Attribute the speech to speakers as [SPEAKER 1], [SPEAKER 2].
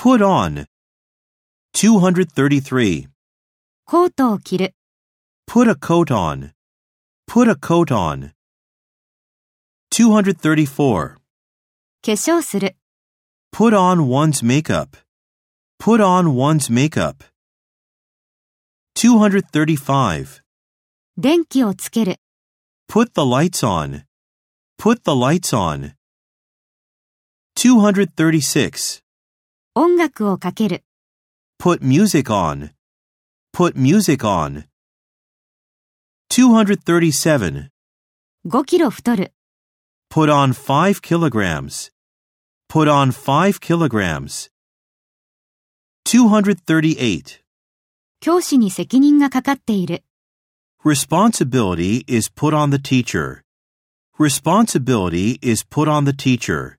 [SPEAKER 1] Put on. 233.
[SPEAKER 2] コートを着る、
[SPEAKER 1] Put a coat on. Put a coat on. 234.
[SPEAKER 2] 化粧する、
[SPEAKER 1] Put on one's makeup. Put on one's makeup. 235.
[SPEAKER 2] 電気をつける、
[SPEAKER 1] Put the lights on. Put the lights on. 236.
[SPEAKER 2] 音楽をかける、
[SPEAKER 1] Put music on. Put music on. 237.
[SPEAKER 2] 5キロ太る、
[SPEAKER 1] Put on 5 kilograms. Put on 5 kilograms. 238.
[SPEAKER 2] 教師に責任がかかっている、
[SPEAKER 1] Responsibility is put on the teacher. Responsibility is put on the teacher.